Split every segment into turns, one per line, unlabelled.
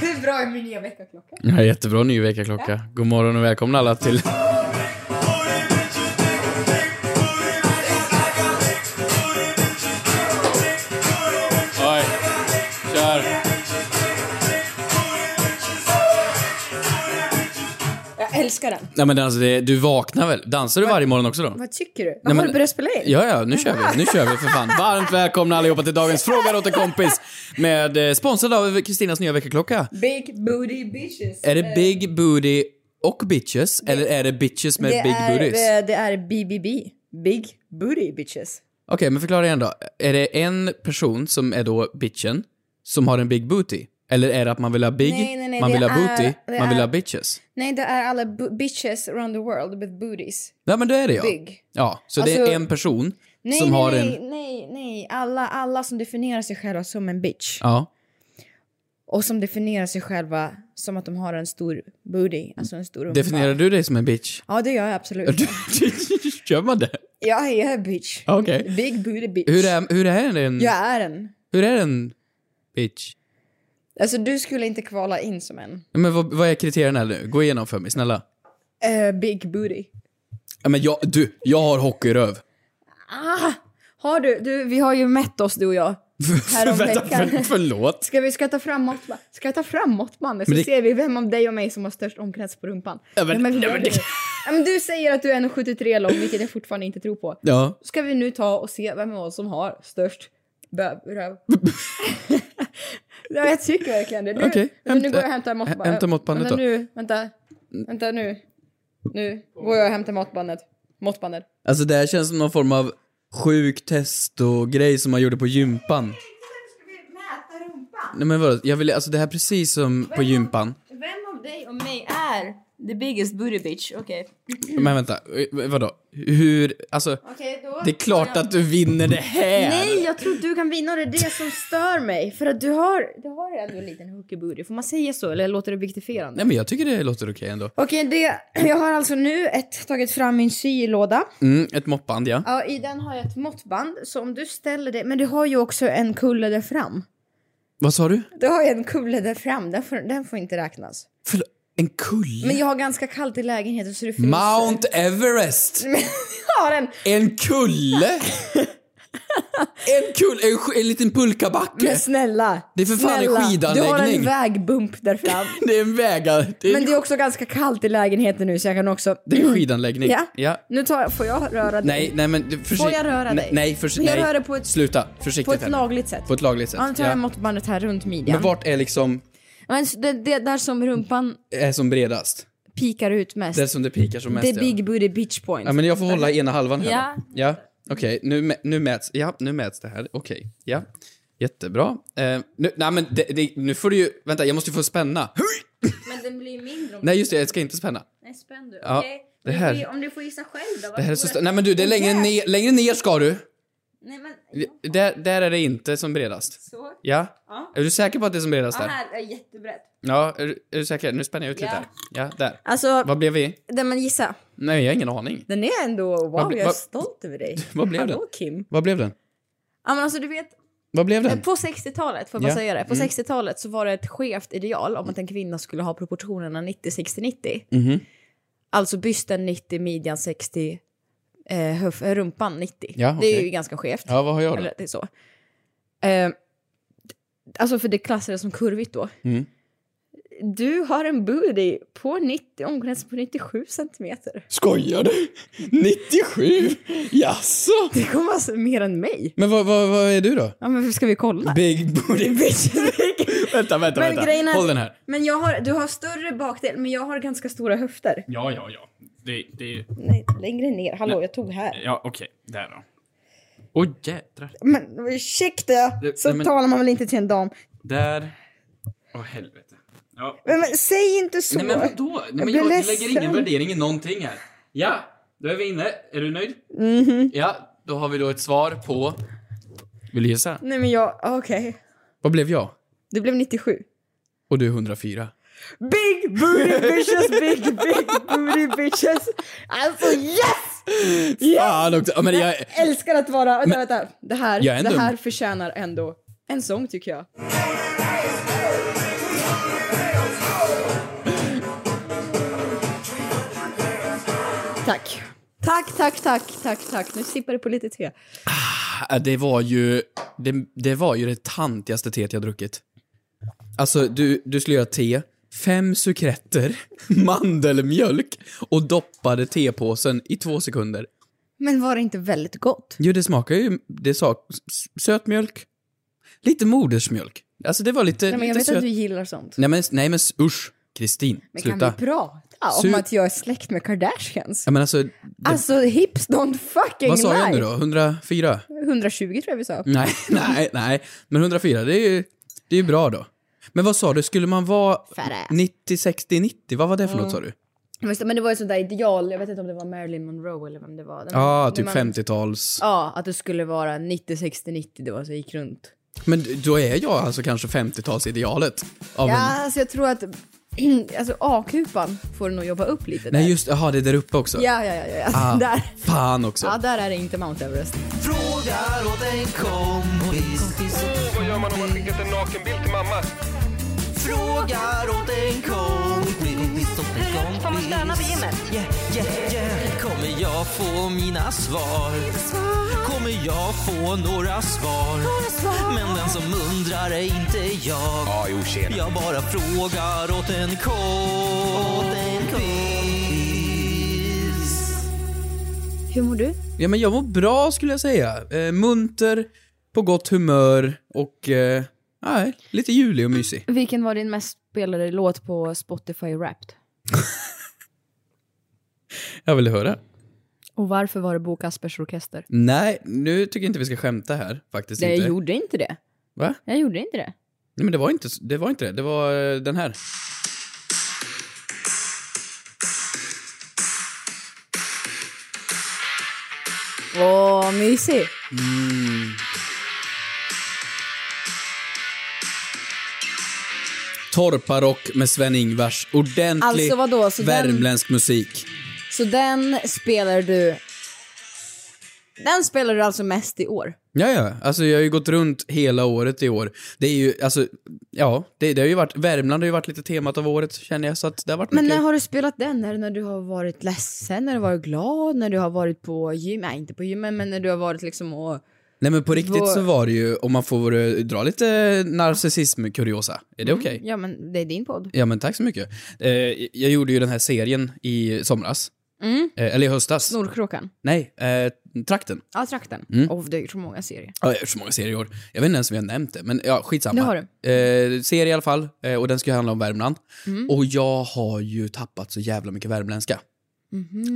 Hur bra är min nya väckarklocka?
Ja, jättebra ny veckaklocka. God morgon och välkomna alla till... Oj, kör.
Jag älskar den.
Nej men alltså, det, du vaknar väl? Dansar du varje morgon också då?
Vad tycker du?
Nej,
Har
men-
du börjat spela in?
Ja, ja, nu kör vi. Nu kör vi för fan. Varmt välkomna allihopa till dagens Fråga åt en kompis. Med, eh, sponsrad av Kristinas nya veckaklocka.
Big booty bitches.
Är det Big Booty och Bitches? eller är det Bitches med
det
Big
är,
Booties? Okej,
eh, Det är BBB. Big booty bitches.
men förklara igen då. Är det en person som är då bitchen, som har en Big Booty? Eller är det att man vill ha Big,
Nej, nej, nej,
man
det
vill ha
är-
Booty,
det
man vill
är-
ha Bitches?
Nej, det är alla bo- bitches around the world with booties.
Ja, men det är det ja.
Big.
Ja, så det
Alltså-
är en person
Nej,
som
nej,
har
nej,
en...
nej, nej. Alla, alla som definierar sig själva som en bitch.
Ja.
Och som definierar sig själva som att de har en stor booty. Alltså en stor rumpa.
Definierar du dig som en bitch?
Ja, det gör jag absolut.
Gör man det?
ja, jag är bitch.
Okej.
Big booty bitch.
Hur är, hur är en...
Jag är en.
Hur är en bitch?
Alltså du skulle inte kvala in som en.
Ja, Men vad, vad är kriterierna nu? Gå igenom för mig, snälla.
Eh, big booty.
Ja, men jag, du, jag har hockeyröv.
Ah! Har du, du, vi har ju mätt oss du och jag.
Vänta, för,
Häromveckan.
förlåt?
Ska vi ska jag ta fram måttband? Ska jag ta fram måttbandet så
Men det-
ser vi vem av dig och mig som har störst omkrets på rumpan.
Ja, men-
Vem är vi
nej,
då?
men det-
Ja, men du säger att du är 1,73 lång, vilket jag fortfarande inte tror på.
Ja.
Ska vi nu ta och se vem av oss som har störst bö- röv? ja, jag tycker verkligen det. Nu,
Okej,
men nu
hämta-
går jag och hämtar måttbandet.
hämta måttbandet
vänta,
då.
Nu, vänta, vänta nu. Nu går jag och hämtar måttbandet. Måttbandet.
Alltså det här känns som någon form av sjuk test och grej som man gjorde på gympan. Nej men vadå, jag vill, alltså det här är precis som på gympan.
Vem av dig och mig är the biggest booty bitch? Okej.
Men vänta, eh, vadå? Hur, alltså,
Okej, då...
det är klart att du vinner det här!
Nej, jag tror du kan vinna och det är det som stör mig. För att du har, du har ändå en liten hooky booty. Får man säga så eller låter det objektifierande?
Nej men jag tycker det låter okej ändå.
Okej, det, jag har alltså nu ett, tagit fram min sylåda.
Mm, ett moppband ja.
Ja, I den har jag ett måttband. Så om du ställer det, men du har ju också en kulle där fram.
Vad sa du?
Du har ju en kulle där fram, den får, den får inte räknas.
Förlåt, en kulle?
Men jag har ganska kallt i lägenheten så det fryser.
Mount Everest!
Men jag har en
En kulle? en kulle? En, sk- en liten pulkabacke?
Men snälla!
Det är för fan en
snälla, Du har
skidanläggning.
en vägbump där fram.
Det är en väga... Det är,
Men
en,
det är också ganska kallt i lägenheten nu så jag kan också...
det är en skidanläggning.
Ja.
ja.
Nu tar jag, får jag röra dig?
Nej, nej men... Försi-
Får jag röra
nej,
dig?
Nej, försi-
Men jag
nej.
rör det på ett-
Sluta.
På
Försiktigt
ett
här.
lagligt sätt?
På ett lagligt sätt.
Ja, nu tar
ja.
jag måttbandet här runt midjan.
Men vart är liksom...
Men s- det, det där som rumpan
Är som bredast?
pikar ut mest.
Där som det pikar som mest?
det
ja.
är big booty bitch point.
Ja, men jag får hålla ena halvan här.
Ja.
då. ja. Okej, nu, mä- nu mäts Ja, nu mäts det här. Okej, ja. Jättebra. Eh, nu, nej, men det, det, nu får du ju... Vänta, jag måste ju få spänna.
Men den blir mindre om
Nej, just det, jag ska inte spänna.
Nej, spänn du.
Ja, Okej. det här- Du får-
om du får gissa själv då.
Det här är så... st- Nej, men du, det är längre ner, längre ner ska du.
Nej, men...
Där, där är det inte som bredast.
Så.
Ja?
Ja.
Är du säker på att det är som bredast där?
är jättebrett.
Ja, är, du- är du säker? Nu spänner jag ut lite
Ja.
här. Ja, där.
Alltså,
Vad blev vi?
den man gissa.
Nej, jag har ingen aning.
Den är ändå... Wow,
bli-
jag är
vad-
stolt över dig.
vad blev
Hallå,
den?
Kim.
Vad blev den?
Ja, men alltså, du vet, eh,
Vad blev den?
På 60-talet, får jag bara
Ja. Mm.
säga det, på 60-talet så var det ett skevt ideal om att en kvinna skulle ha proportionerna 90-60-90.
Mhm.
Alltså bysten 90, midjan 60, eh, höf- eh, rumpan 90.
Ja,
Det är
okej.
ju ganska skevt.
Ja, vad har jag då?
Eller, det är så. Eh, alltså för det klassades som kurvigt då.
Mm.
Du har en booty på 90, omkrets på 97 centimeter.
Skojar du? 97? Jaså?
Det kommer alltså mer än mig.
Men vad, vad, vad är du då?
Ja men ska vi kolla?
Big booty bitch. vänta, vänta,
Men grejen
vänta.
är-
Håll den här.
Men jag har, du har större bakdel, men jag har ganska stora höfter.
Ja, ja, ja. Det, det,
Nej, längre ner. Hallå, jag tog här.
ja okej. Där då. Åh jädrar.
Men ursäkta,
Det-
så
nej, men-
talar man väl inte till en dam.
Där. Åh helvete. Ja.
Men, men säg inte så!
Nej men vadå? Nej, men
blir
jag
ledsen.
lägger ingen värdering i någonting här. Ja, då är vi inne. Är du nöjd?
Mhm.
Ja, då har vi då ett svar på... Vill du gissa?
Nej men jag, okej.
Vad blev jag?
Det blev 97.
Och du är 104.
Big booty bitches, big big booty bitches. Alltså yes! yes!
Fan också! Ja, men jag...
Jag älskar att vara... Vänta, vänta. Det här,
Jag är
det
dum.
här förtjänar ändå en sång, tycker jag. Tack. Tack, tack, tack, tack, tack. Nu sippar det på lite te.
Ja, Äh, Det var ju... Det, det var ju det tantigaste teet jag druckit. Alltså, du, du skulle göra te, fem sukretter, mandelmjölk och doppade tepåsen i två sekunder.
Men var det inte väldigt gott?
Jo, det smakar ju... Det sa, s- sötmjölk. Lite modersmjölk. Alltså det var lite...
Nej, men jag
lite
vet att du gillar sånt.
Nej men, nej, men s- usch. Kristin,
Men
sluta.
kan vi prata om
Su-
att jag är släkt med Kardashians?
Ja, men alltså, det,
Alltså, hips don't fucking
vad sa
lie.
jag nu då? 104?
120 tror jag vi sa.
Nej, nej, nej. Men 104, det är ju det är ju bra då. Men vad sa du, skulle man vara
Färre. Mm.
90, 60, 90? Vad var det för något sa du?
Men just- Men det var ju sånt där ideal, jag vet inte om det var Marilyn Monroe eller vem det var.
Ja,
När
typ
man-
50-tals.
Ja, att det skulle vara 90, 60, 90, det var så jag gick
Mm.
runt.
Men då är jag alltså kanske 50-talsidealet. Av
Ja,
en...
alltså jag tror att alltså A-kupan får du nog jobba upp lite där.
Nej just jaha, det är där uppe också.
Ja, ja, ja, ja. Alltså,
Ah,
där.
Fan också.
Ja, där är det inte Mount Everest.
Frågar åt en kompis.
Vad gör man om man skickat en nakenbild till mamma?
Frågar åt en kompis. Åt en kompis.
Får man stöna på gymmet?
Yeah, yeah, yeah. Kommer jag få mina svar? Kommer jag få några svar? Men den som undrar är inte jag.
Ja, jo, tjena.
Jag bara frågar åt en kompis.
Hur mår du?
Ja, men jag mår bra skulle jag säga. Eh, munter, på gott humör och eh, nej, lite julig och mysig.
Vilken var din mest spelade låt på Spotify Wrapped?
Jag ville höra.
Och varför var det Bo Kaspers Orkester?
Nej, nu tycker jag inte vi ska skämta här faktiskt.
Nej,
inte.
jag gjorde inte det.
Va?
Jag gjorde inte det.
Nej, men det var inte det. Var inte det. det var eh, den här.
Åh, mysig.
Torparock med Sven-Ingvars. Ordentlig
Alltså, vadå, så den-
värmländsk musik.
Så den spelar du... Den spelar du alltså mest i år?
Ja, ja. Alltså, jag har ju gått runt hela året i år. Det är ju, alltså, ja, det, det har ju varit, Värmland har ju varit lite temat av året känner jag, så att det har varit
Men
mycket.
när har du spelat den? Är det när du har varit ledsen, när du har varit glad, när du har varit på gym? Nej, inte på gymmen, men när du har varit liksom och...
Nej men på riktigt
Vår-
så var det ju, om man får eh, dra lite narcissism-kuriosa, är det okej?
Ja, men det är din podd.
Ja men tack så mycket. Eh, jag gjorde ju den här serien i somras.
Mm.
Eh, eller i höstas.
Nordkråkan.
Nej, eh, Trakten.
Ja, trakten.
Mm.
Och det är så många serier.
Ja, jag har så många serier i år. Jag vet inte ens om jag har nämnt det, men ja, skitsamma.
Det har
Eh, serie i alla fall, eh, och den ska ju handla om Värmland. Och jag har ju tappat så jävla mycket värmländska.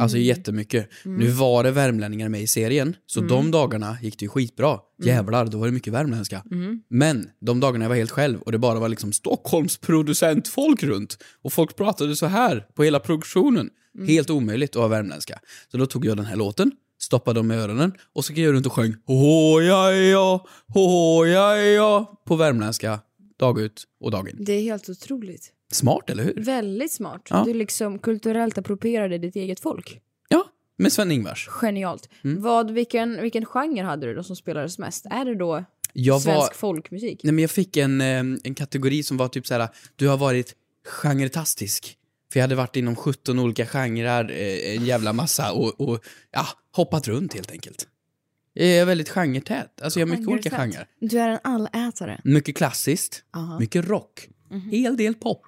Alltså jättemycket. Nu var det värmlänningar med i serien, så de dagarna gick det ju skitbra. Jävlar, då var det mycket värmländska. Men de dagarna jag var helt själv och det bara var liksom Stockholms producentfolk runt och folk pratade så här på hela produktionen. Helt omöjligt att ha värmländska. Så då tog jag den här låten, stoppade dem i öronen och så gick jag runt och sjöng "Hå, ja ja, hå, ja ja på värmländska dag ut och dag in.
Det är helt otroligt.
Smart, eller hur?
Väldigt smart.
Ja.
Du liksom kulturellt approprierade ditt eget folk.
Ja, med Sven-Ingvars.
Genialt.
Mm.
Vad, vilken, vilken genre hade du då som spelades mest? Är det då
Jag var-
svensk folkmusik?
Nej, men jag fick en, eh, en kategori som var typ så här: du har varit genretastisk. För jag hade varit inom 17 olika genrer, eh, en jävla massa, och, och ja, hoppat runt helt enkelt. Jag är väldigt genretät. Alltså jag har mycket olika
Genretät.
genrer.
Du är en allätare.
Mycket klassiskt,
Aha.
mycket rock, hel del pop.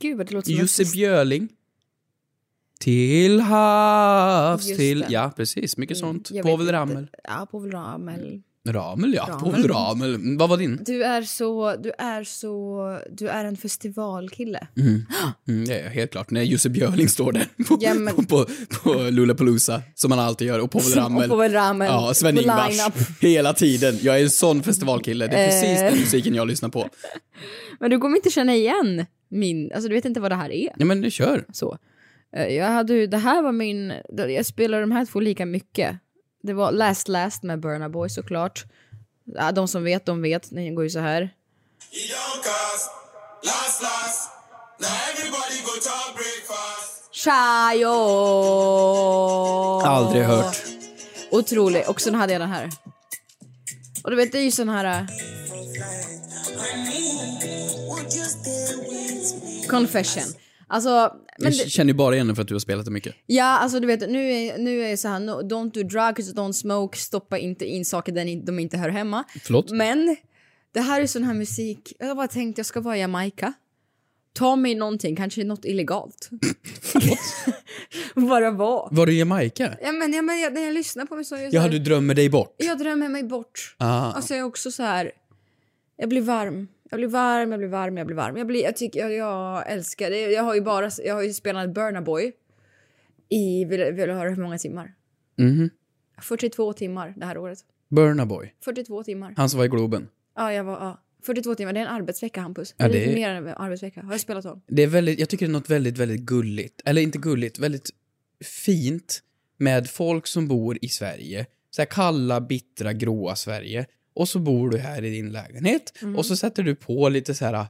Gud vad det låter som en
Jussi Björling. Till havs,
Just
till...
det. Mm.
Ja, precis. Mycket sånt.
Jag vet
Povel
inte.
Ramel. Mm.
Ja, Povel Ramel.
Ramel ja.
Ramel.
Ramel. Ramel. Mm, Vad var din?
Du är så, du är så, du är en festivalkille.
Mm, det är helt klart. Nej, Jussi Björling står där på,
Ja, men-
på, på, på Lollapalooza, som han alltid gör, och Povel Ramel.
Och på väl ramen.
Ja, Sven-Ingvars.
line-up.
Hela tiden. Jag är en sån festivalkille. Det är precis
Eh.
den musiken jag lyssnar på.
Men du kommer inte känna igen min, alltså du vet inte vad det här är.
Nej men nu kör.
Så. Eh, Jag hade ju, det här var min, jag spelade de här två lika mycket. Det var Last Last med Burna Boy såklart. Ja, De som vet, de vet. Den går ju så här. Chayo!
Aldrig hört.
Otrolig. Och sen hade jag den här. Och du vet, det är ju sån här... eh, Confession. Alltså, men det,
Jag känner ju bara igen den för att du har spelat den mycket.
ja, alltså du vet, nu är, nu är det så här, no, don't do drugs, don't smoke, stoppa inte in saker där ni- de inte hör hemma.
Förlåt?
Men det här är sån här musik, jag har bara tänkt jag ska vara i Jamaica. Ta mig någonting, kanske något illegalt. bara vara.
Var du i Jamaica?
Ja, men, ja, men jag, när jag lyssnar på mig så är jag så
Ja,
här,
du drömmer dig bort.
jag drömmer mig bort.
Ah.
Alltså jag är också så här, jag blir varm. Jag blir varm, jag blir varm, jag blir varm. Jag, blir, jag, tycker, jag, jag älskar det. Jag har ju bara, jag har ju spelat Burna Boy i, vill, vill du höra hur många timmar?
Mhm.
42 timmar det här året.
Burna Boy.
42 timmar.
Han som var i Globen.
Ja, jag var, ja. 42 timmar, det är en arbetsvecka Hampus.
Ja,
Eller
det
lite
är-
mer än en arbetsvecka. Har jag spelat om?
Det är väldigt, jag tycker det är något väldigt, väldigt gulligt. Eller inte gulligt, väldigt fint med folk som bor i Sverige. Så här kalla, bittra, gråa Sverige. Och så bor du här i din lägenhet och så sätter du på lite så här äh,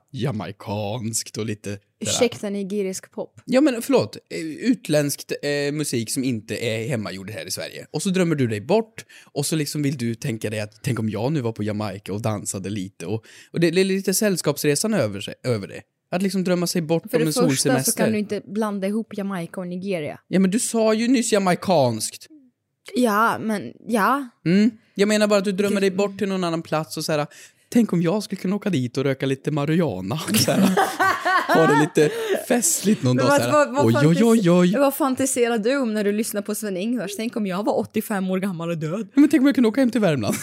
jamaikanskt och lite... sådär.
Ursäkta nigerisk pop.
Ja men förlåt, eh, utländskt eh, musik som inte är hemmagjord här i Sverige. Och så drömmer du dig bort och så liksom vill du tänka dig att tänk om jag nu var på Jamaica och dansade lite och, och det, det är lite sällskapsresan över, sig, över det. Att liksom drömma sig bort
För
från
det
en
första
solsemester.
så kan du inte blanda ihop Jamaica och Nigeria.
Ja men du sa ju nyss jamaikanskt.
Ja, men ja.
Mm. Jag menar bara att du drömmer dig bort till någon annan plats och så här. Tänk om jag skulle kunna åka dit och röka lite marijuana. Så här. Ha det lite festligt någon dag. så här. oj, oj, oj, oj.
vad fantiserar du om när du lyssnar på Sven-Ingvars? Tänk om jag var 85 år gammal och död.
Men tänk om jag kunde åka hem till Värmland.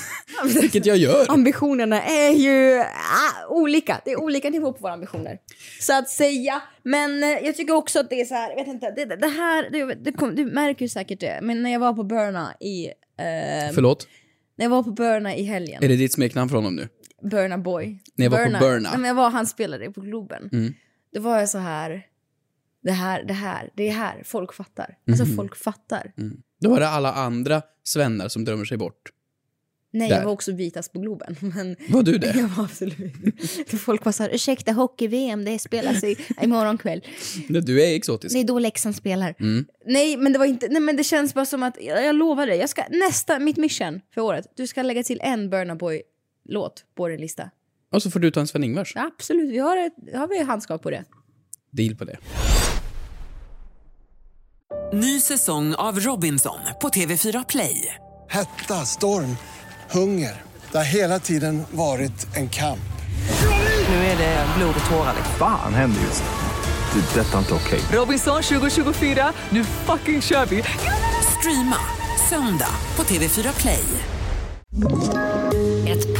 Vilket jag gör.
Ambitionerna är ju ah, olika. Det är olika nivå på våra ambitioner. Så att säga. Men eh, jag tycker också att det är så här, jag vet inte, det, det här, det, det kom, du märker ju säkert det. Men när jag var på Burna i, eh,
Förlåt,
när jag var på Burna i helgen,
är det ditt smeknamn för honom nu?
Burna Boy.
När jag var på Mm. Burna.
Nej, men jag var, han spelade på Globen. Då var jag så här, det här, det här, det är här folk fattar. Alltså
Mhm.
folk fattar.
Då var det alla andra svennar som drömmer sig bort.
Nej,
Där.
jag var också vitast på Globen. Men
Var du det?
jag var absolut... Folk var så här, ursäkta, hockey-VM, det spelas i, imorgon kväll.
Nej, Du är exotisk.
Det är då Leksand spelar.
Mm.
Nej, men det var inte... Nej, men det känns bara som att... Jag, jag lovar dig, jag ska... Nästa... Mitt mission för året. Du ska lägga till en Burna Boy-låt på din lista.
Och så får du ta en Sven-Ingvars.
Ja, absolut, vi har, ett, har vi handskak på det.
Deal på det.
Ny säsong av Robinson på TV4 Play.
Hetta, storm, hunger. Det har hela tiden varit en kamp.
Nu är det blod och tårar.
Fan händer just nu. Det. är Detta är inte okej.
Robinson 2024, nu fucking kör vi! Streama söndag på TV4 Play.
Ett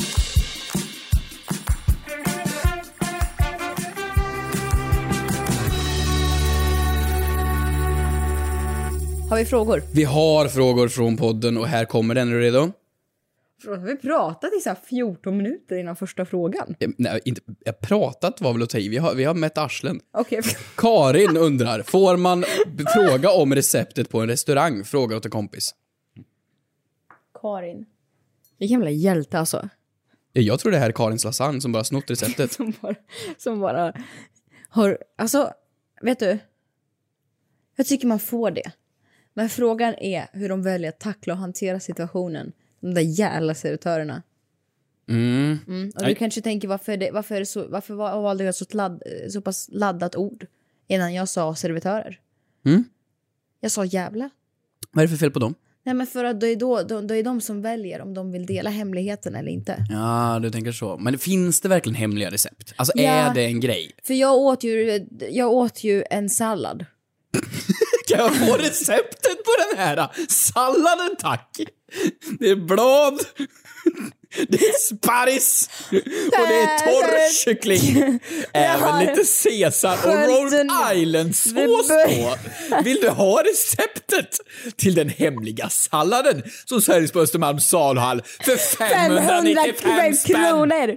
Har vi frågor?
Vi har frågor från podden och här kommer den. Är du redo?
Från, har vi pratat i så här 14 minuter innan första frågan?
Eh, Nej, inte, jag pratat var väl att ta i. Vi har, vi har mätt arslen.
Okej.
Karin undrar, får man b- fråga om receptet på en restaurang? Frågar åt en kompis.
Karin. Vilken jävla hjälte alltså.
Eh, Jag tror det här är Karins lasagne som bara snott receptet.
Som bara, som bara har... Alltså, vet du? Jag tycker man får det. Men frågan är hur de väljer att tackla och hantera situationen. De där jävla servitörerna.
Mm.
Mm. Och
Nej.
du kanske tänker varför, det, varför, är det så, varför var- valde jag så, ett ladd, så pass laddat ord innan jag sa servitörer?
Mm.
Jag sa jävla.
Vad är det för fel på dem?
Nej men för att det är, då, då, då är de som väljer om de vill dela hemligheten eller inte.
Ja, du tänker så. Men finns det verkligen hemliga recept? Alltså
Ja.
är det en grej?
För jag åt ju, jag åt ju en sallad.
Kan jag få receptet på den här? Salladen tack! Det är blad, det är sparris och det är torr kyckling. Även lite Caesar och Rhode Island-sås på. Vill du ha receptet till den hemliga salladen som säljs på Östermalms salhall för 595 spänn?
kronor!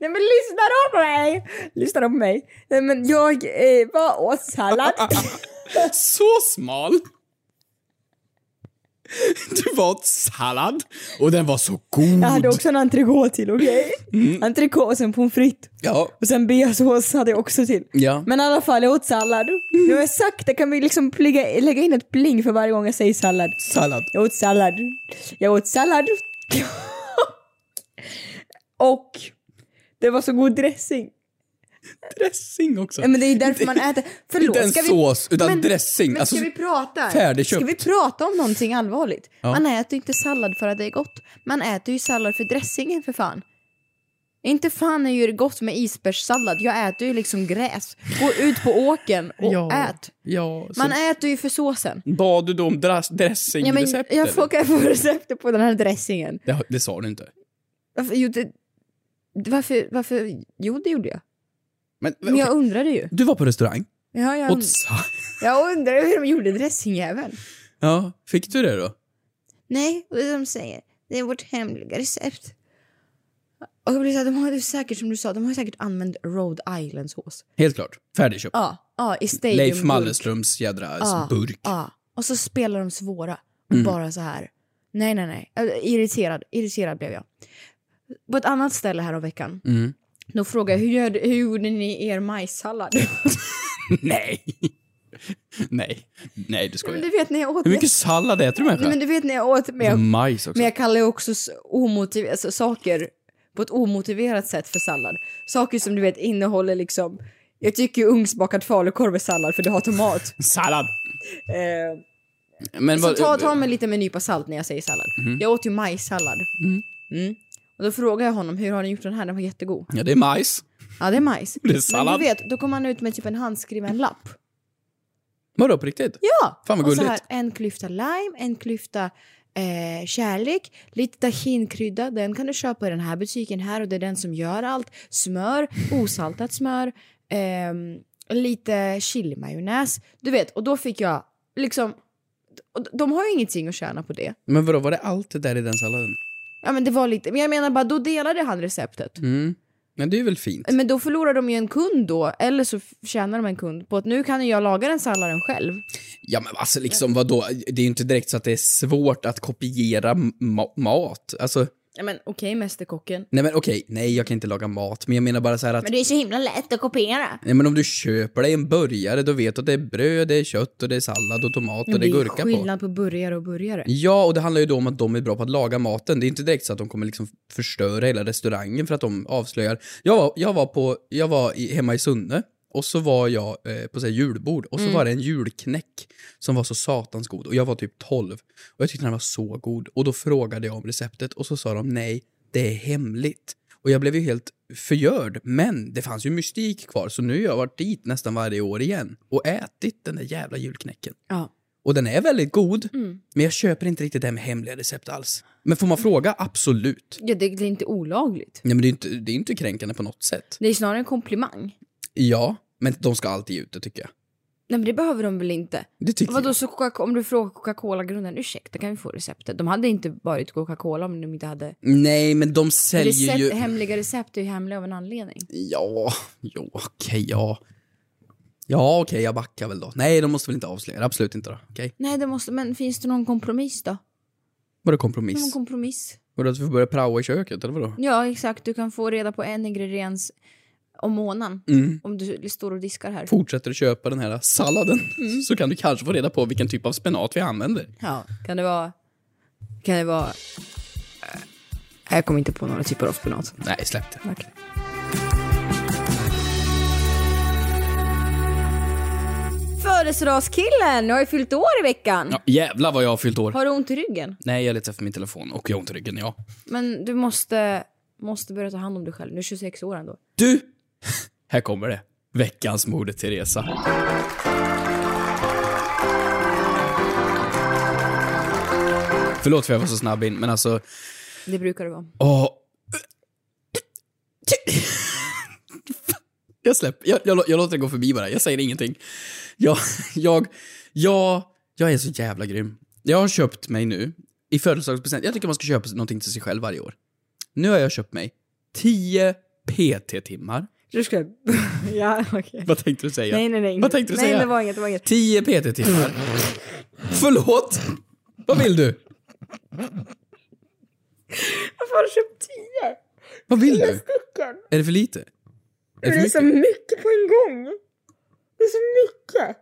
Nej men lyssna då på mig! Lyssna då på mig. Nej men jag eh, var åt sallad.
Så smal. Du var åt sallad och den var så god.
Jag hade också en entrecote till, okej? Entrecote och sen pommes frites.
Ja.
Och sen beasås hade jag också till.
Ja.
Men i alla fall, jag åt sallad. Nu har jag sagt det, kan vi liksom pligga, lägga in ett pling för varje gång jag säger sallad?
Sallad.
Jag åt sallad. Jag åt sallad. Och det var så god dressing.
Dressing också?
Ja, men det är ju därför man äter. Förlåt,
Inte en
ska vi...
sås, utan
men-
dressing.
Men
alltså,
ska vi prata?
färdigköpt.
Ska vi prata om någonting allvarligt?
Ja.
Man äter ju inte sallad för att det är gott. Man äter ju sallad för dressingen för fan. Inte fan är ju det gott med isbergssallad. Jag äter ju liksom gräs. Gå ut på åkern och ät.
Ja,
Man äter ju för såsen.
Bad du då om dras-
Ja, men
dressingreceptet?
jag frågar på receptet på den här dressingen.
det, det sa du inte.
Varför, jo, det, varför, varför? Jo, det gjorde jag.
Men,
Men jag Ehm.
okej.
undrade ju.
Du var på restaurang?
Ja, jag,
åt
und-
sa-
jag undrade hur de gjorde dressingjäveln.
ja, fick du det då?
Nej, och de säger det är vårt hemliga recept. Och jag blir så här, de har ju säkert som du sa, de har ju säkert använt Rhode Island sås.
Helt klart. Färdigköpt.
Ja, ja i stadium.
Leif Malleströms jädra
Ja,
burk.
Ja, och så spelar de svåra och
Mm.
bara så här. Nej, nej, nej. Äh, Irriterad, irriterad blev jag. På ett annat ställe här om veckan.
Mm.
Då frågade jag hur, gör, hur gjorde ni er majssallad?
Nej. Nej. Nej, du
men
skojar.
du vet när jag åt
Hur mycket sallad äter du
Nej,
människa?
men du vet när jag åt
Och
med
Majs också.
Men jag kallar ju också s- omotiv- alltså, saker på ett omotiverat sätt för sallad. Saker som du vet innehåller liksom, jag tycker ju ugnsbakad falukorv är sallad för du har tomat.
Sallad!
Eh,
Men
så
vad-
ta, ta mig lite med en nypa salt när jag säger sallad.
Mhm.
Jag åt ju majssallad.
Mm.
Mm. Och då frågade jag honom, hur har ni gjort den här? Den var jättegod.
Ja, det är majs.
Ja, det är majs.
Det är
Men
sallad.
du vet, då kom han ut med typ en handskriven lapp.
Vadå, på riktigt?
Ja!
Fan, vad
och så här,
gulligt.
en klyfta lime, en klyfta eh, kärlek, lite tahinkrydda. Den kan du köpa i den här butiken här och det är den som gör allt. Smör, osaltat smör, ehm, lite chilimajonnäs. Du vet, och då fick jag liksom... och De har ju ingenting att tjäna på det.
Men vadå, var det allt det där i den salladen?
Ja, men det var lite... Men jag menar bara, då delade han receptet.
Mm. Men det är väl fint?
Men då förlorar de ju en kund då, eller så f- tjänar de en kund på att nu kan ju jag laga den salladen själv.
Ja men alltså liksom vadå, det är ju inte direkt så att det är svårt att kopiera ma- mat. Alltså,
Ja, men okej, mästerkocken.
nej men okej, nej jag kan inte laga mat, men jag menar bara så här att,
Men det är så himla lätt att kopiera.
nej men om du köper dig en burgare då vet du att det är bröd, det är kött och det är sallad och tomat och det är
ju
gurka på.
skillnad på burgare och burgare.
Ja, och det handlar ju då om att de är bra på att laga maten. Det är inte direkt så att de kommer liksom förstöra hela restaurangen för att de avslöjar. Jag var, jag var, på, jag var i, hemma i Sunne och så var jag eh, på så här, julbord och så
Mm.
var det en julknäck som var så satans god och jag var typ 12 och jag tyckte den var så god och då frågade jag om receptet och så sa de nej, det är hemligt. Och jag blev ju helt förgörd, men det fanns ju mystik kvar så nu har jag varit dit nästan varje år igen och ätit den där jävla julknäcken.
Ja.
Och den är väldigt god,
Mm.
men jag köper inte riktigt det här med hemliga recept alls. Men får man fråga? Absolut.
Ja, det, det är inte olagligt.
Nej, men det är, inte, det är inte kränkande på något sätt.
Det är snarare en komplimang.
Ja, men de ska alltid ut det tycker jag.
Nej men det behöver de väl inte?
Det tycker
Vadå, så Coca- om du frågar Coca-Cola-grunden, ursäkta kan vi få receptet? De hade inte varit Coca-Cola om de inte hade...
Nej, men de säljer
Recept,
ju...
Hemliga recept är ju hemliga av en anledning.
Ja, jo, okej, ja. Ja, okej, jag backar väl då. Nej, de måste väl inte avslöja det. Absolut inte då. Okej?
Nej, det måste... Men finns det någon kompromiss då?
Vadå
Någon
kompromiss?
kompromiss?
Vadå att vi får börja praoa i köket, eller vadå?
Ja, exakt. Du kan få reda på en ingrediens om månaden.
Mm.
Om du står och diskar här.
Fortsätter du köpa den här salladen
Mm.
så kan du kanske få reda på vilken typ av spenat vi använder.
Ja, kan det vara... Kan det vara... eh, Jag kommer inte på några typer av spenat.
Nej, släpp det.
Okej.
Födelsedagskillen, du har ju fyllt år i veckan.
Ja, jävlar vad jag har fyllt år.
Har du ont i ryggen?
Nej, jag letar efter min telefon och jag har ont i ryggen, ja.
Men du måste, måste börja ta hand om dig själv. Du är 26 år ändå.
Du! Här kommer det. Veckans Moder Teresa. Förlåt för jag var så snabb in, men alltså...
Det brukar du vara.
Åh... Jag släpper. Jag, jag, lå- jag låter det gå förbi bara. Jag säger ingenting. Jag, jag, jag, jag är så jävla grym. Jag har köpt mig nu, i födelsedagspresent, jag tycker man ska köpa någonting till sig själv varje år. Nu har jag köpt mig 10 PT-timmar.
Du ska... ja, okej.
Vad tänkte du säga?
Nej, nej, nej.
Vad tänkte du
nej,
säga?
det var inget. Det var inget.
10 PT-timmar. Förlåt? Vad vill du?
Varför har du köpt tio?
Vad vill du?
stycken?
Är det för lite? Är det för mycket?
mycket på en gång. Det är så mycket.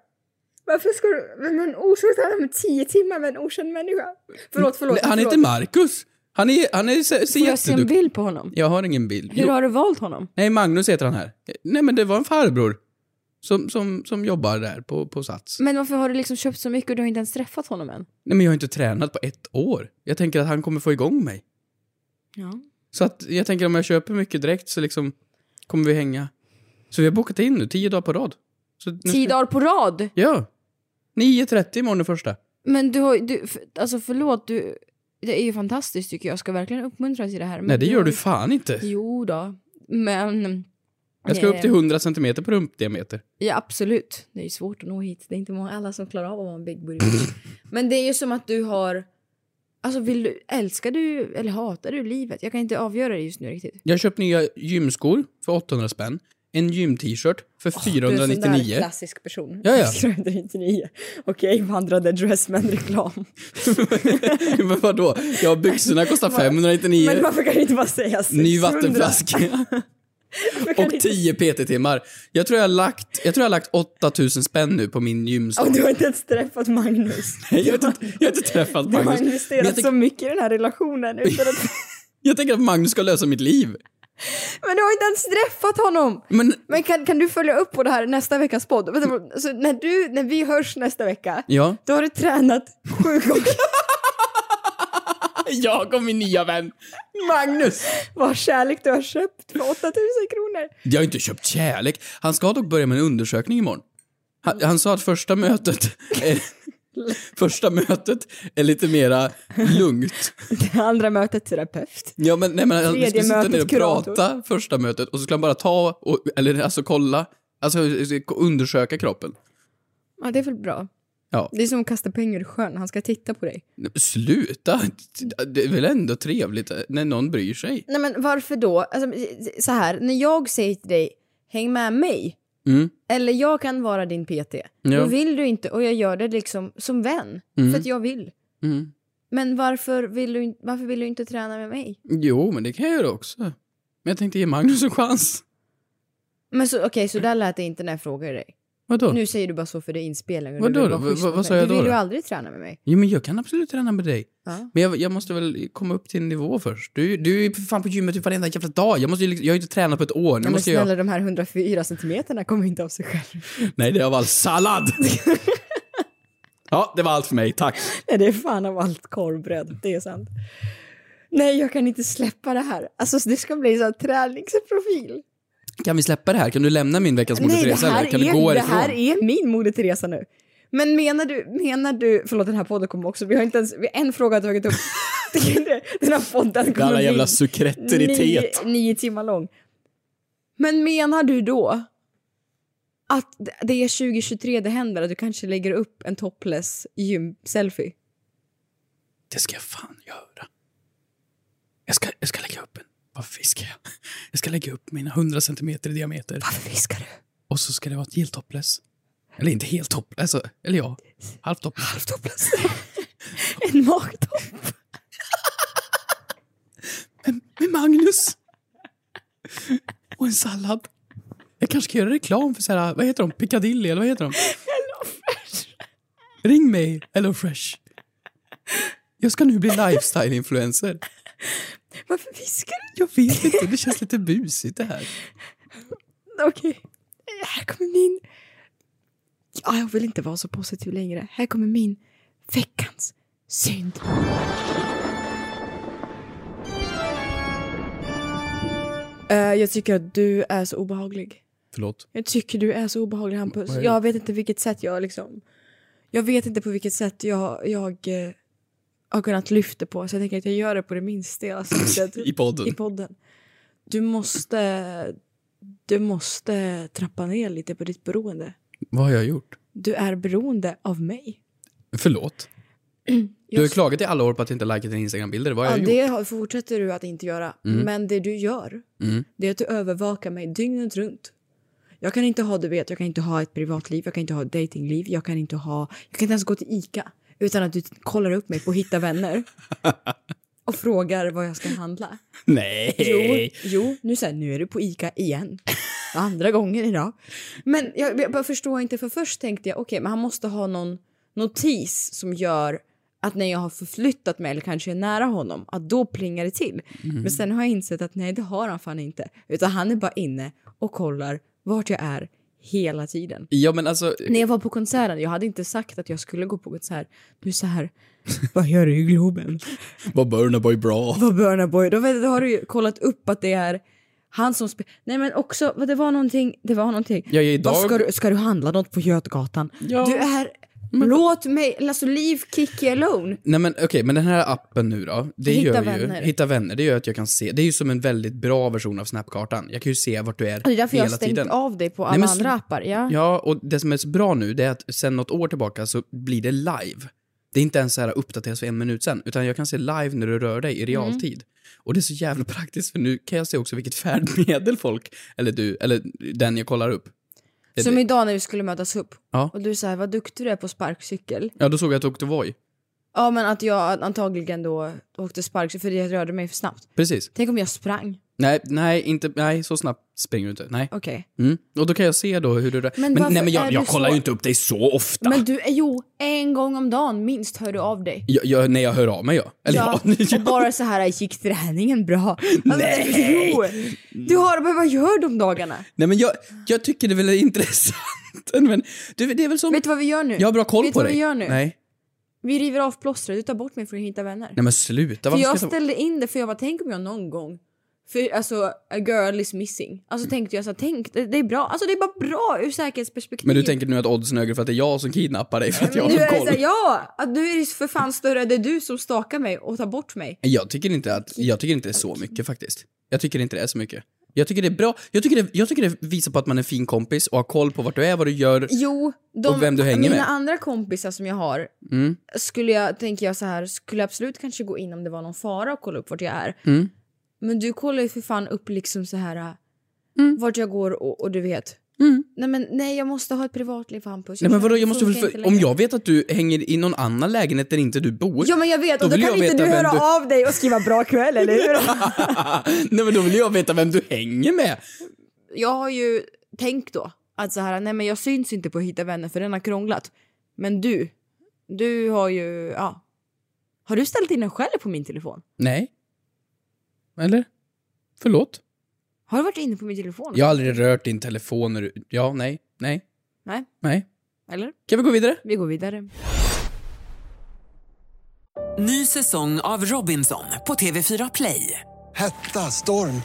Varför ska du... Men otroligt att med tio timmar med en okänd människa. Förlåt, förlåt.
Nej, Han
förlåt.
heter Marcus. Han är, han är så, så
Får jag se en
jätteduktig.
bild på honom?
Jag har ingen bild.
Hur
Jo.
har du valt honom?
Nej, Magnus heter han här. Nej, men det var en farbror. Som, som, som jobbar där på, på Sats.
Men varför har du liksom köpt så mycket och du har inte ens träffat honom än?
Nej, men jag har inte tränat på ett år. Jag tänker att han kommer få igång mig.
Ja.
Så att jag tänker om jag köper mycket direkt så liksom kommer vi hänga. Så vi har bokat in nu, tio dagar på rad. Så nu ska-
Tio dagar på rad?
Ja. 9.30 imorgon är första.
Men du har du, för, alltså förlåt, du, det är ju fantastiskt tycker jag. Jag ska verkligen uppmuntra till det här. Men
Nej, det gör
har-
du fan inte.
Jo då, men...
Jag ska upp
Eh,
till 100 centimeter på rumpdiameter.
Ja, absolut. Det är ju svårt att nå hit. Det är inte många, alla som klarar av att vara en big burger. men det är ju som att du har... Alltså, vill du, älskar du eller hatar du livet? Jag kan inte avgöra det just nu riktigt.
Jag har köpt nya gymskor för 800 spänn. En gym-t-shirt för
Du är en sån där
499.
klassisk person.
Ja, ja.
499. Okej, vandrade Dressman-reklam.
Men vadå? Ja, byxorna kostar 599.
alltså. Men varför kan du inte bara säga 600?
Ny vattenflaska.
kan
Och 10 PT-timmar. Jag tror jag har lagt, jag tror jag har lagt 8000 spänn nu på min gymstol.
Och du har inte ens träffat Magnus.
Nej, jag, har inte, jag har inte träffat
Du har
Magnus. Men
investerat
jag, tänk,
så mycket i den här relationen utan att...
jag tänker att Magnus ska lösa mitt liv.
Men du har inte ens träffat honom!
Men
Men kan, kan du följa upp på det här nästa veckas podd? Vänta, Så när, du, när vi hörs nästa vecka,
Mm. ja,
då har du tränat sju gånger.
jag och min nya vän Magnus.
Vad kärlek du har köpt för 8000 kronor.
Jag har inte köpt kärlek. Han ska dock börja med en undersökning imorgon. Han, han sa att första mötet är, första mötet är lite mera lugnt.
Det andra mötet terapeut.
Ja, men, nej, men han
Tredje
skulle sitta
mötet,
ner och
kurator.
prata första mötet och så skulle han bara ta, och, eller alltså kolla, alltså undersöka kroppen.
Ja, det är väl bra.
Ja.
Det är som att kasta pengar i sjön, han ska titta på dig.
Nej, men Sluta! Det är väl ändå trevligt när någon bryr sig?
Nej men varför då? Alltså, så här, när jag säger till dig, häng med mig.
Mm.
Eller jag kan vara din PT. Då
Ja.
vill du inte och jag gör det liksom som vän. För att jag vill.
Mm.
Men varför vill, du, in- varför vill du inte träna med mig?
Jo, men det kan jag göra också. Men jag tänkte ge Magnus en chans.
Men så, okej, så där lät det inte när jag frågade dig.
Vadå?
Nu säger du bara så för det är inspelning. och
Vadå
du vill
då?
vara schysst
Vad-
mot
vad sa
mig.
jag
Du
då
vill ju
då?
aldrig träna med mig.
Jo, men jag kan absolut träna med dig.
Ja.
Men jag, jag måste väl komma upp till en nivå först. Du, du är ju för fan på gymmet typ varenda jävla dag. Jag, måste ju, liksom- jag har ju inte tränat på ett år. Nu
Men
måste
snälla,
jag,
de här 104 centimeterna kommer inte av sig själv.
nej, det var all sallad! ja, det var allt för mig. Tack.
Nej, det är fan av allt korvbröd. Det är sant. Nej, jag kan inte släppa det här. Alltså, det ska bli så här träningsprofil.
Kan vi släppa det här? Kan du lämna min veckans Moder
Nej, det
Teresa?
här,
eller? Kan du gå
är, det
härifrån?
här är min Moder Teresa nu. Men menar du, menar du, förlåt den här podden kommer också, vi har inte ens, vi har en fråga har tagit upp. den här podden kommer
Alla
bli
jävla sukretteritet.
Nio, nio timmar lång. Men menar du då att det är 2023 det händer, att du kanske lägger upp en topless gym-selfie?
Det ska jag fan göra. Jag ska, jag ska lägga upp en... Varför ska jag? Jag ska lägga upp mina 100 centimeter i diameter.
Varför viskar du?
Och så ska det vara ett helt topless. Eller inte helt topless, alltså, eller ja, halvt topless.
Topless? en magtopp?
Med Magnus! Och en sallad. Jag kanske kan göra reklam för så här, vad heter de? Piccadilly, eller vad heter de? Ring mig, HelloFresh. Jag ska nu bli lifestyle-influencer.
Varför viskar du?
Jag vet inte, det känns lite busigt det här.
Okej. Här kommer min... Ja, jag vill inte vara så positiv längre. Här kommer min veckans synd. Eh, jag tycker att du är så obehaglig.
Förlåt.
Jag tycker du är så obehaglig Hampus.
Vad är det?
Jag vet inte vilket sätt jag liksom... Jag vet inte på vilket sätt jag, jag eh, har kunnat lyfta på. Så jag tänker att jag gör det på det alltså. minst stela sättet.
I podden.
I podden. Du måste... Du måste trappa ner lite på ditt beroende.
Vad har jag gjort?
Du är beroende av mig.
Förlåt. Du har ju klagat i alla år på att jag inte likat dina Instagram-bilder. Vad har
ja,
jag
det
gjort?
har- fortsätter du att inte göra.
Mm.
Men det du gör,
Mm.
det är att du övervakar mig dygnet runt. Jag kan inte ha, du vet, jag kan inte ha ett privatliv, jag kan inte ha ett datingliv, jag kan inte ha, jag kan inte ens gå till ICA utan att du kollar upp mig på Hitta vänner och frågar vad jag ska handla.
Nej!
Jo, jo nu, så här, nu är du på ICA igen. Andra gången idag. Men jag, jag bara förstår inte, för först tänkte jag okej, men han måste ha någon notis som gör att när jag har förflyttat mig eller kanske är nära honom, att då plingar det till.
Mm.
Men sen har jag insett att nej, det har han fan inte. Utan han är bara inne och kollar vart jag är hela tiden.
Ja, men alltså...
När jag var på konserten, jag hade inte sagt att jag skulle gå på konsert. Du är så här, vad gör du i Globen?
Vad Burnaboy bra.
Vad Burna Boy, då, vet, då har du ju kollat upp att det är han som spelar. Nej men också, vad det var någonting, det var någonting.
Ja, idag-
Vad Ska, du, ska du handla något på Götgatan?
Ja.
Du är, låt mig, alltså leave Kiki alone.
Nej men okej, men den här appen nu då. Det
Hitta
gör ju,
vänner.
Hitta vänner. Det gör att jag kan se. Det är ju som en väldigt bra version av Snapkartan. Jag kan ju se vart du är
Det är därför jag
hela
har stängt
tiden.
av dig på
Nej,
alla
men-
andra appar. Ja.
Ja, och det som är så bra nu det är att sen något år tillbaka så blir det live. Det är inte ens så här uppdateras för en minut sen, utan jag kan se live när du rör
Mm.
dig i realtid. Och det är så jävla praktiskt för nu kan jag se också vilket färdmedel folk, eller du, eller den jag kollar upp. Det-
Som idag när vi skulle mötas upp.
Ja.
Och du säger vad duktig du är på sparkcykel.
Ja, då såg jag att du åkte Voi.
Ja men att jag antagligen då åkte sparkcykel för jag rörde mig för snabbt.
Precis.
Tänk om jag sprang.
Nej, nej, inte, nej, så snabbt springer du inte. Nej.
Okej.
Mm. Och då kan jag se då hur du rör
Men
Men,
varför
nej, men
är
jag,
du
jag kollar
så-
ju inte upp dig så ofta.
Men du, jo, en gång om dagen minst hör du av dig.
Jag, jag, när jag hör av mig, ja. Eller ja.
Och bara så här, gick träningen bra? Alltså,
Nej. Mm.
Jo. Du har, men vad gör du om dagarna?
Nej, men jag, jag tycker det väl är intressant. Men du, det är väl som...
Vet du vad vi gör nu?
Jag har bra koll
Vet du
på
vad
dig.
vi gör nu?
Nej.
Vi river av plåstret, du tar bort mig från att hitta vänner.
Nej men sluta,
för
varför
jag
ska jag...
ställde in det för jag bara, tänk om jag någon gång för alltså, a girl is missing. Alltså tänkte jag så här, tänk, det, det är bra. Alltså det är bara bra ur säkerhetsperspektiv.
Men du tänker nu att oddsen är högre för att det är jag som kidnappar dig för att jag
nu är
har
det så
koll?
här, ja! Att nu är det för fan större, det är du som stakar mig och tar bort mig.
Jag tycker inte att, jag tycker inte det är så mycket faktiskt. Jag tycker inte det är så mycket. Jag tycker det är bra, jag tycker det, jag tycker det visar på att man är en fin kompis och har koll på vart du är, vad du gör.
Jo, de,
Och vem du hänger
mina
med.
andra kompisar som jag har
Mm,
skulle jag, tänker jag så här, skulle jag absolut kanske gå in om det var någon fara och kolla upp vart jag är.
mm.
Men du kollar ju för fan upp liksom så här äh,
Mm.
vart jag går och, och du vet. Nej men nej, jag måste ha ett privatliv Hampus.
Nej men vadå, jag måste väl,
Funkar inte
för,
längre.
om jag vet att du hänger i någon annan lägenhet där inte du bor.
Ja men jag vet, och då,
vill
kan
jag
inte
veta
du
vem
höra av dig och skriva bra kväll, eller hur?
Nej men då vill jag veta vem du hänger med.
jag har ju tänkt då att så här, nej men jag syns inte på Hitta vänner för den har krånglat. Men du, du har ju, ja. Har du ställt in den själv på min telefon?
Nej. Eller? Förlåt?
Har du varit inne på min telefon?
Jag har aldrig rört din telefon när du, ja, nej, nej,
Nej,
nej.
eller?
Kan vi gå vidare?
Vi går
Eh.
vidare.
Ny säsong av Robinson på TV4 Play.
Hetta, storm,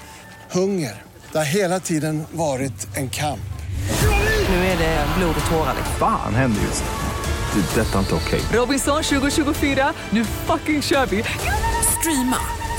hunger. Det har hela tiden varit en kamp.
Nu är det blod och tårar.
Fan händer just det. Det är detta inte okej.
Robinson 2024, nu fucking kör vi! Streama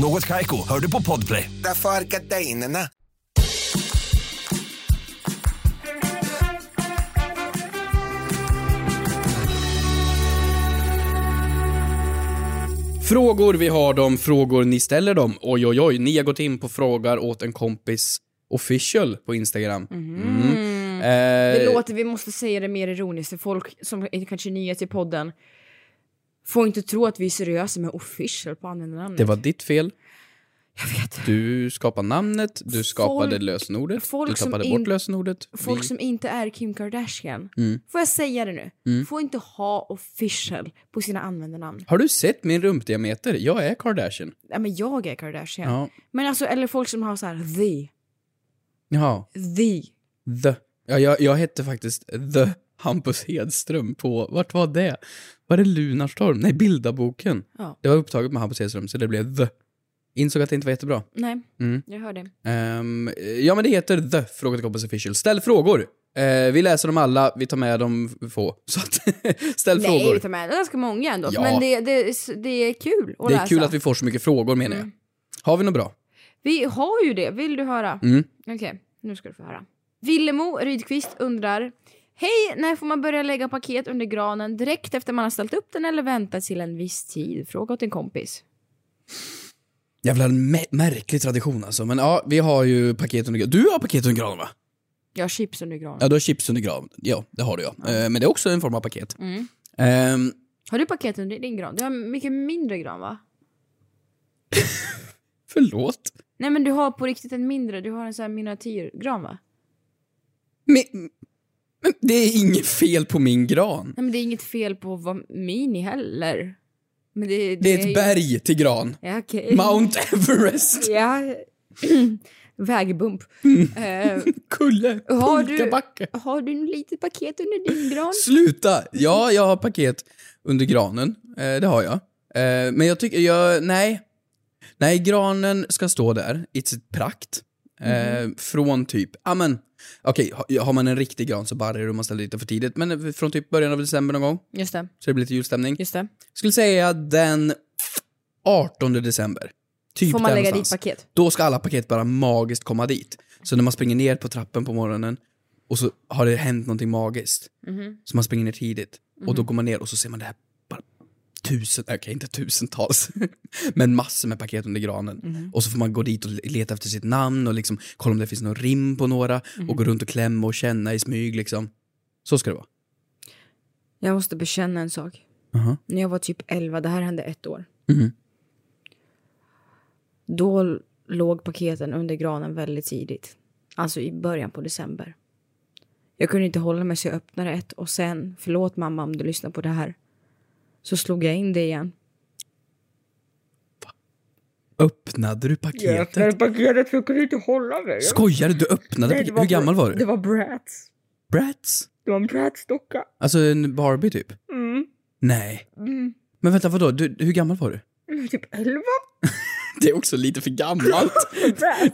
Något Kaiko, hör du på podplay.
Därför är gardinerna.
Frågor, vi har dem. Frågor, ni ställer dem. Oj, oj, oj. Ni har gått in på frågar åt en kompis official på Instagram.
Mhm.
Mm. Eh,
Det låter, vi måste säga det mer ironiskt för folk som är kanske är nya till podden får inte tro att vi är seriösa med official på användarnamnet.
det var ditt fel. Du skapade namnet, du skapade lösenordet,
folk
du
som
tappade
in-
bort lösenordet.
Folk
Vi-
som inte är Kim Kardashian,
Mm.
får jag säga det nu,
Mm.
får inte ha official på sina användarnamn.
Har du sett min rumpdiameter? Jag är Kardashian.
Ja, men jag är Kardashian.
Ja.
Men alltså, eller folk som har så här the,
Jaha.
the.
The. Ja, jag, jag hette faktiskt The Hampus Hedström på, vart var det? Var det Lunarstorm? Nej, Bildaboken.
Ja.
Det var upptaget med Hampus Hedström, så det blev The. Insåg att det inte var jättebra.
Nej,
Mm.
jag hör det.
Ehm, ja, men det heter The Fråga till kompis official. Ställ frågor! Eh, vi läser dem alla, vi tar med de få. Så att, ställ
Nej,
frågor.
vi tar med det är ganska många ändå.
Ja.
Men det, det, det är kul att
det är
läsa. Mm.
kul att vi får så mycket frågor menar jag. Har vi något bra?
Vi har ju det, vill du höra?
Mm.
Okej, nu ska du få höra. Villemo Rydqvist undrar Hej, när får man börja lägga paket under granen direkt efter man har ställt upp den eller vänta till en viss tid? Fråga åt en kompis.
Jävla mä- märklig tradition alltså. Men ja, vi har ju paket under granen. Du har paket under granen va?
Jag har chips under granen.
Ja, du har chips under granen. Ja, det har du ja. Eh, men det är också en form av paket.
Mm.
Ehm,
Har du paket under din gran? Du har en mycket mindre gran va?
förlåt?
Nej men du har på riktigt en mindre, du har en sån här miniatyrgran va?
Men, men det är inget fel på min gran.
Nej men det är inget fel på att vara mini heller. Men det, det,
Det är
ju-
ett berg till gran.
Ja, okej.
Mount Everest.
Ja. Vägbump.
Mm.
Eh,
Kulle.
har, du,
Pulkabacke.
har du en litet paket under din gran?
Sluta! Ja, jag har paket under granen. Eh, det har jag. Eh, men jag tycker, jag, nej. Nej, granen ska stå där i sitt prakt. Eh,
Mhm.
Från typ, ja men, okej, ha- har man en riktig gran så barrar det om man ställer dit den för tidigt. Men från typ början av december någon gång,
Just det.
så det blir lite julstämning.
Just det.
Skulle säga den 18 december. Typ
Får man
där
lägga dit
någonstans.
paket?
Då ska alla paket bara magiskt komma dit. Så när man springer ner på trappen på morgonen och så har det hänt någonting magiskt.
Mhm.
Så man springer ner tidigt. Och då
Mhm.
går man ner och så ser man det här bara tusen, okej inte tusentals, men massor med paket under granen.
Mhm.
Och så får man gå dit och leta efter sitt namn och liksom kolla om det finns någon rim på några
Mhm.
och gå runt och klämma och känna i smyg liksom. Så ska det vara.
Jag måste bekänna en sak.
Aha.
När jag var typ 11, det här hände ett år.
Mhm.
Då l- låg paketen under granen väldigt tidigt. Alltså i början på december. Jag kunde inte hålla mig så jag öppnade ett och sen, förlåt mamma om du lyssnar på det här. Så slog jag in det igen.
Öppnade du paketet?
paketet för jag kunde inte hålla mig.
Skojar du? Du öppnade paketet? Hur gammal var du?
Det var Bratz.
Bratz?
Det var en Bratz-docka.
Alltså en Barbie typ?
Mm.
Nej.
Mm.
Men vänta, vadå? Du, hur gammal var du?
Jag var typ 11.
Det är också lite för gammalt.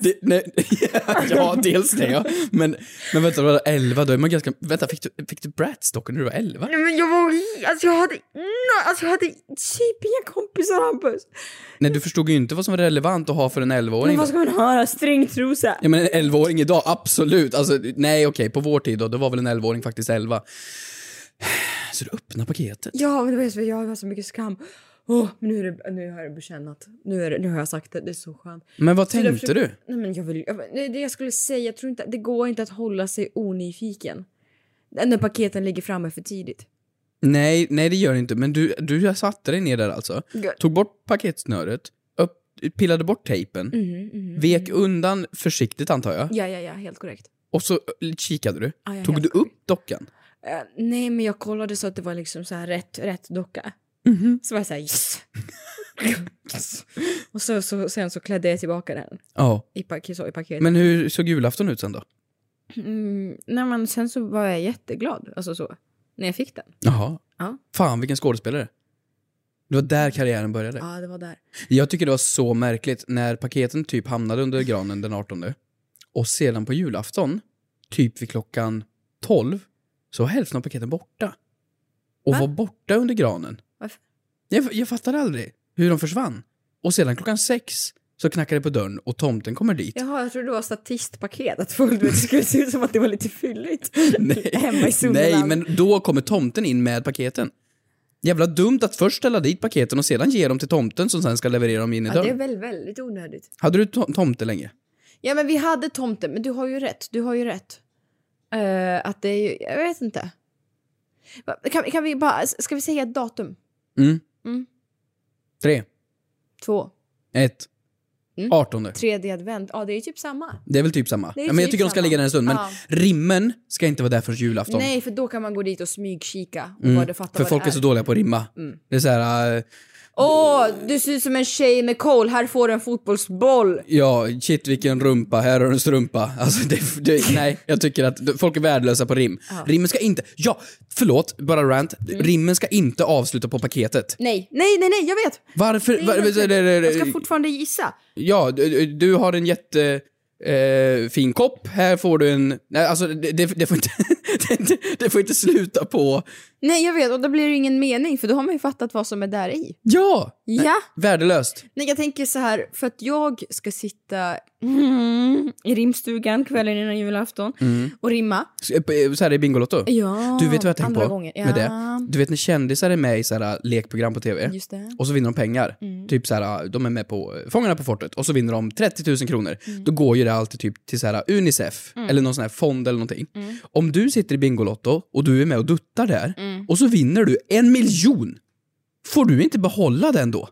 det, nej, ja, dels det ja. Men, men vänta, vadå, 11, då är man ganska... Vänta, fick du, fick du Bratz-dockor när du var 11?
Nej men jag var... Alltså jag hade... Nej, Alltså jag hade typ inga kompisar Hampus.
Nej, du förstod ju inte vad som var relevant att ha för en 11-åring.
Men vad ska man höra? Stringtrosa?
Ja men en 11-åring idag, absolut. Alltså, nej okej, på vår tid då, då var väl en 11-åring faktiskt 11. Så du öppnar paketet?
Ja, men det var så, jag har så mycket skam. Åh, men nu, är det, nu har jag det bekännat. Nu, är det, nu har jag sagt det. Det är så skönt.
Men vad
Så jag
tänkte du?
Nej, men jag vill, jag, nej, det jag skulle säga, jag tror inte, det går inte att hålla sig onyfiken. När paketen ligger framme för tidigt.
Nej, nej det gör det inte. Men du, du satte dig ner där alltså,
Gött.
tog bort paketsnöret, upp, pillade bort tejpen,
Mhm, mhm.
vek undan försiktigt antar jag,
Ja, ja, ja, helt korrekt.
och så ö, kikade du.
Ja, ja,
tog
helt
du upp dockan?
Eh, nej, men jag kollade så att det var liksom så här rätt, rätt docka. Så var jag så här yes. yes. Och så, så, sen så klädde jag tillbaka den
Ja.
i, pak- så, i paketet.
Men hur såg julafton ut sen då?
Mm, nej, men sen så var jag jätteglad, alltså så, när jag fick den.
Jaha.
Ja.
Fan vilken skådespelare. Det var där karriären började.
Ja, det var där.
Jag tycker det var så märkligt när paketen typ hamnade under granen den 18 och sedan på julafton, typ vid klockan 12, så var hälften av paketen borta. Och var borta under granen.
Varför?
Jag, jag fattar aldrig hur de försvann. Och sedan klockan sex så knackar det på dörren och tomten kommer dit.
Jaha, jag trodde det var statistpaket, att folk det skulle se ut som att det var lite fylligt. Typ
Nej.
Hemma i
Nej,
Sunderland.
men då kommer tomten in med paketen. Jävla dumt att först ställa dit paketen och sedan ge dem till tomten som sen ska leverera dem in i
Ja, det är
dörren.
väl väldigt onödigt.
Hade du to- tomte länge?
Ja men vi hade tomten, men du har ju rätt. Du har ju rätt. Eh, att det är ju, jag vet inte. Va- Kan, kan vi bara, ska vi säga ett datum?
Mm.
Mm.
Tre,
Två.
ett,
Mm.
artonde.
Tredje advent. Ja det är ju typ samma.
Det är väl typ samma.
Det är
ja, men jag
typ
tycker de ska
samma.
ligga där en stund. Men
Ja.
rimmen ska inte vara där för julafton.
Nej för då kan man gå dit och smygkika. Och
Mm,
bara fatta
För
vad
folk
det
är så dåliga på att rimma.
Mm.
Det är så här, eh,
Åh, du ser ut som en tjej med koll. Här får du en fotbollsboll.
ja, shit vilken rumpa, här har du en strumpa. Alltså, det, det, nej, jag tycker att folk är värdelösa på rim. Rimmen ska inte, ja, förlåt, bara rant.
Mm.
Rimmen ska inte avsluta på paketet.
Nej, nej, nej, nej jag vet.
Varför?
Det är
var-
helt
det- det- det-
rätt. Jag ska fortfarande gissa.
Ja, du, du har en jätte... Eh, fin kopp, här får du en... Nej, alltså det, det, det, får inte, det, det får inte sluta på...
Nej, jag vet. Och då blir det ju ingen mening, för då har man ju fattat vad som är där i.
Ja!
Ja.
Värdelöst.
Nej, jag tänker så här, för att jag ska sitta mm, i rimstugan kvällen innan julafton
Mm.
och rimma.
Så- Så här i Bingolotto?
Ja,
du vet vad jag tänkt
andra
på
gången.
med
Ja.
det? Du vet när kändisar är med i så här eh, lekprogram på tv
Just det.
och så vinner de pengar.
Mm.
Typ så här, de är med på eh, Fångarna på fortet och så vinner de 30 000 kronor. Då går ju det alltid typ till så här Unicef
Mm.
eller någon sån här fond eller någonting.
Mm.
Om du sitter i Bingolotto och du är med och duttar där
Mm.
och så vinner du en miljon, får du inte behålla den då?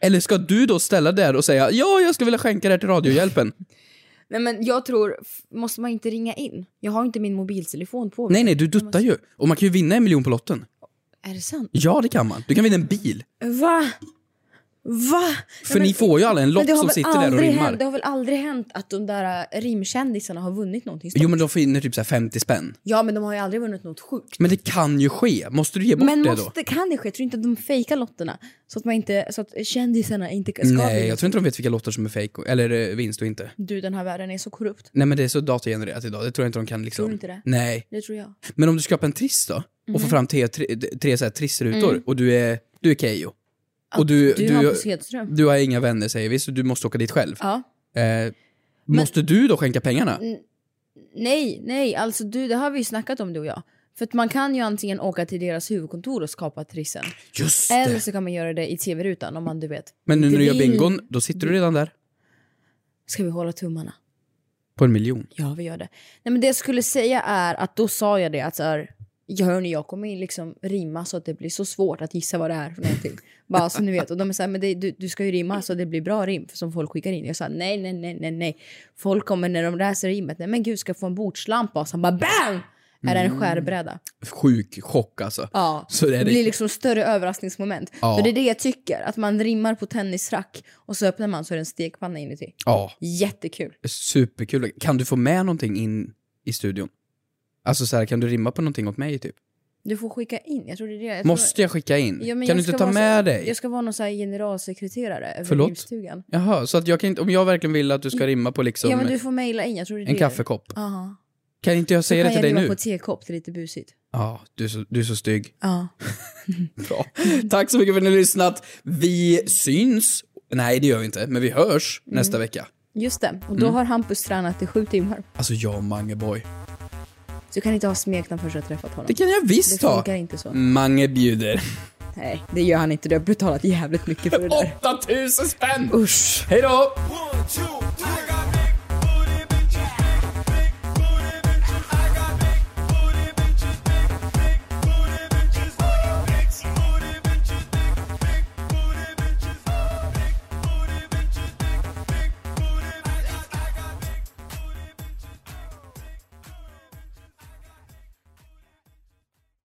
Eller ska du då ställa där och säga ja, jag skulle vilja skänka det här till Radiohjälpen?
Nej, men jag tror, f- måste man inte ringa in? Jag har inte min mobiltelefon på mig.
nej, nej, du duttar ju. Och man kan ju vinna en miljon på lotten.
Är det sant?
Ja, det kan man. Du kan vinna en bil.
Va? Va?
För ni får ju alla en lott
det har
som
väl
sitter där och
aldrig
rimmar.
Hänt, det har väl aldrig hänt att de där äh, rimkändisarna har vunnit någonting stort?
Jo, men de får in typ så här 50 spänn.
Ja, men de har ju aldrig vunnit något sjukt.
Men det kan ju ske. Måste du ge bort
Men
det
måste,
då?
kan det ske? Tror du inte att de fejkar lotterna? Så att, man inte, så att kändisarna inte ska
Nej,
bli-
jag tror inte de vet vilka lotter som är fake och- eller eh, vinst och inte.
Du, den här världen är så korrupt.
Nej, men det är så datagenererat idag. Det tror jag inte de kan liksom.
Tror du inte det?
Nej.
Det tror jag.
Men om du skapar en triss då? Och
Mhm.
får fram tre, tre, tre så här trissrutor
Mm.
och du är, du är Keyyo. Och
du är Hampus Hedström.
du har inga vänner säger vi, så du måste åka dit själv.
Ja. Mm.
Eh, måste du då skänka pengarna?
N- nej, nej, alltså du, det har vi ju snackat om du och jag. För att man kan ju antingen åka till deras huvudkontor och skapa trissen.
Just det.
Eller så kan man göra det i tv-rutan om man du vet.
Men nu när du gör
vill-
bingon, då sitter du redan där.
Ska vi hålla tummarna?
På en miljon.
Ja, vi gör det. Nej, men det jag skulle säga är att då sa jag det att så här, ja, hörni, jag kommer ju liksom rimma så att det blir så svårt att gissa vad det är för någonting. Bara så ni vet. Och de är så här, men det, du, du ska ju rimma så det blir bra rim som folk skickar in. Jag sa nej, nej, nej, nej, nej. Folk kommer när de läser rimmet, nej men gud ska jag få en bordslampa? Och sen bara BAM! Är det en
Mm.
skärbräda?
Sjuk chock alltså.
Ja,
Så det är
det
det.
blir liksom större överraskningsmoment.
Ja.
För det är det jag tycker, att man rimmar på tennisrack och så öppnar man så är det en stekpanna inuti.
Ja.
Jättekul.
Superkul. Kan du få med någonting in i studion? Alltså så här, kan du rimma på någonting åt mig typ?
Du får skicka in, jag tror det är det. Jag tror-
Måste jag skicka in?
Ja, men
kan
jag
du inte
ska
ta
vara så-
med dig?
Jag ska vara någon så här generalsekreterare över
Förlåt?
rimstugan.
Jaha, så att jag kan inte, om jag verkligen vill att du ska rimma på liksom
ja men du får mejla in, jag tror det är
en
det.
kaffekopp.
Aha.
Kan inte jag
Så
säga
kan
det till
jag
dig
riva
nu?
på tekopp, det är lite busigt.
Ja, du är, så, du är så stygg.
Ja.
Bra. Tack så mycket för att ni har lyssnat. Vi syns. Nej, det gör vi inte, men vi hörs
Mm.
nästa vecka.
Just det, och då
Mm.
har Hampus tränat i sju timmar.
Alltså jag och Mangeboy.
Så du kan inte ha smeknamn förrän du har träffat honom.
Det kan jag visst
Det
ha.
funkar inte så.
Mange bjuder.
Nej, det gör han inte. Du har betalat jävligt mycket för det där.
8000 spänn!
Usch.
Hej då!
One, two,